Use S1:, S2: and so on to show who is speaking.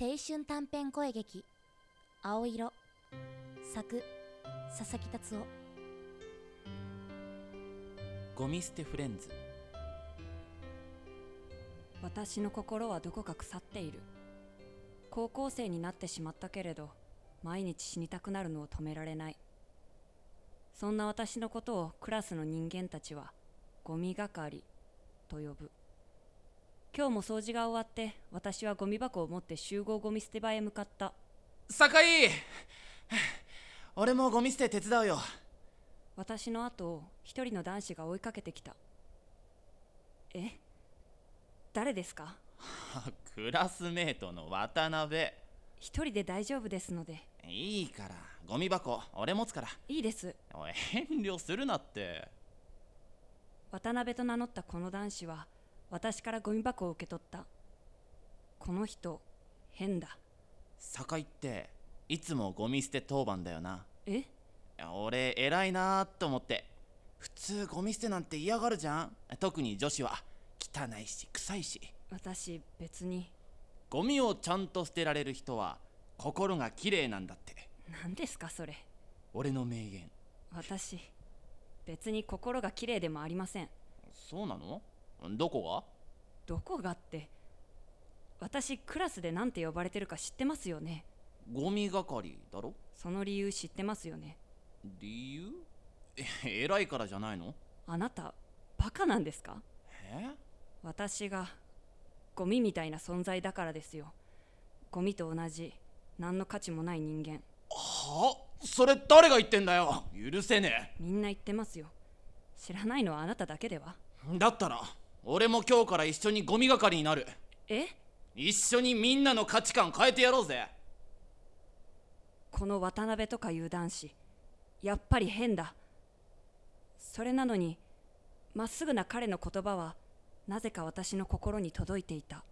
S1: 青春短編声劇「青色」作佐々木達夫
S2: ゴミ捨てフレンズ
S3: 私の心はどこか腐っている高校生になってしまったけれど毎日死にたくなるのを止められないそんな私のことをクラスの人間たちはゴミ係と呼ぶ今日も掃除が終わって私はゴミ箱を持って集合ゴミ捨て場へ向かった
S2: 酒井俺もゴミ捨て手伝うよ
S3: 私の後を一人の男子が追いかけてきたえ誰ですか
S2: クラスメートの渡辺
S3: 一人で大丈夫ですので
S2: いいからゴミ箱俺持つから
S3: いいです
S2: おい遠慮するなって
S3: 渡辺と名乗ったこの男子は私からゴミ箱を受け取ったこの人変だ
S2: 酒井っていつもゴミ捨て当番だよな
S3: え
S2: いや俺偉いなーと思って普通ゴミ捨てなんて嫌がるじゃん特に女子は汚いし臭いし
S3: 私別に
S2: ゴミをちゃんと捨てられる人は心が綺麗なんだって
S3: 何ですかそれ
S2: 俺の名言
S3: 私別に心が綺麗でもありません
S2: そうなのどこ
S3: どこがって私クラスで何て呼ばれてるか知ってますよね
S2: がゴミ係だろ
S3: その理由知ってますよね
S2: 理由 え偉いからじゃないの
S3: あなたバカなんですか
S2: え
S3: 私がゴミみたいな存在だからですよゴミと同じ何の価値もない人間
S2: はあそれ誰が言ってんだよ許せね
S3: みんな言ってますよ知らないのはあなただけでは
S2: えだったら俺も今日から一緒にゴミ係になる
S3: え
S2: 一緒にみんなの価値観変えてやろうぜ
S3: この渡辺とかいう男子やっぱり変だそれなのにまっすぐな彼の言葉はなぜか私の心に届いていた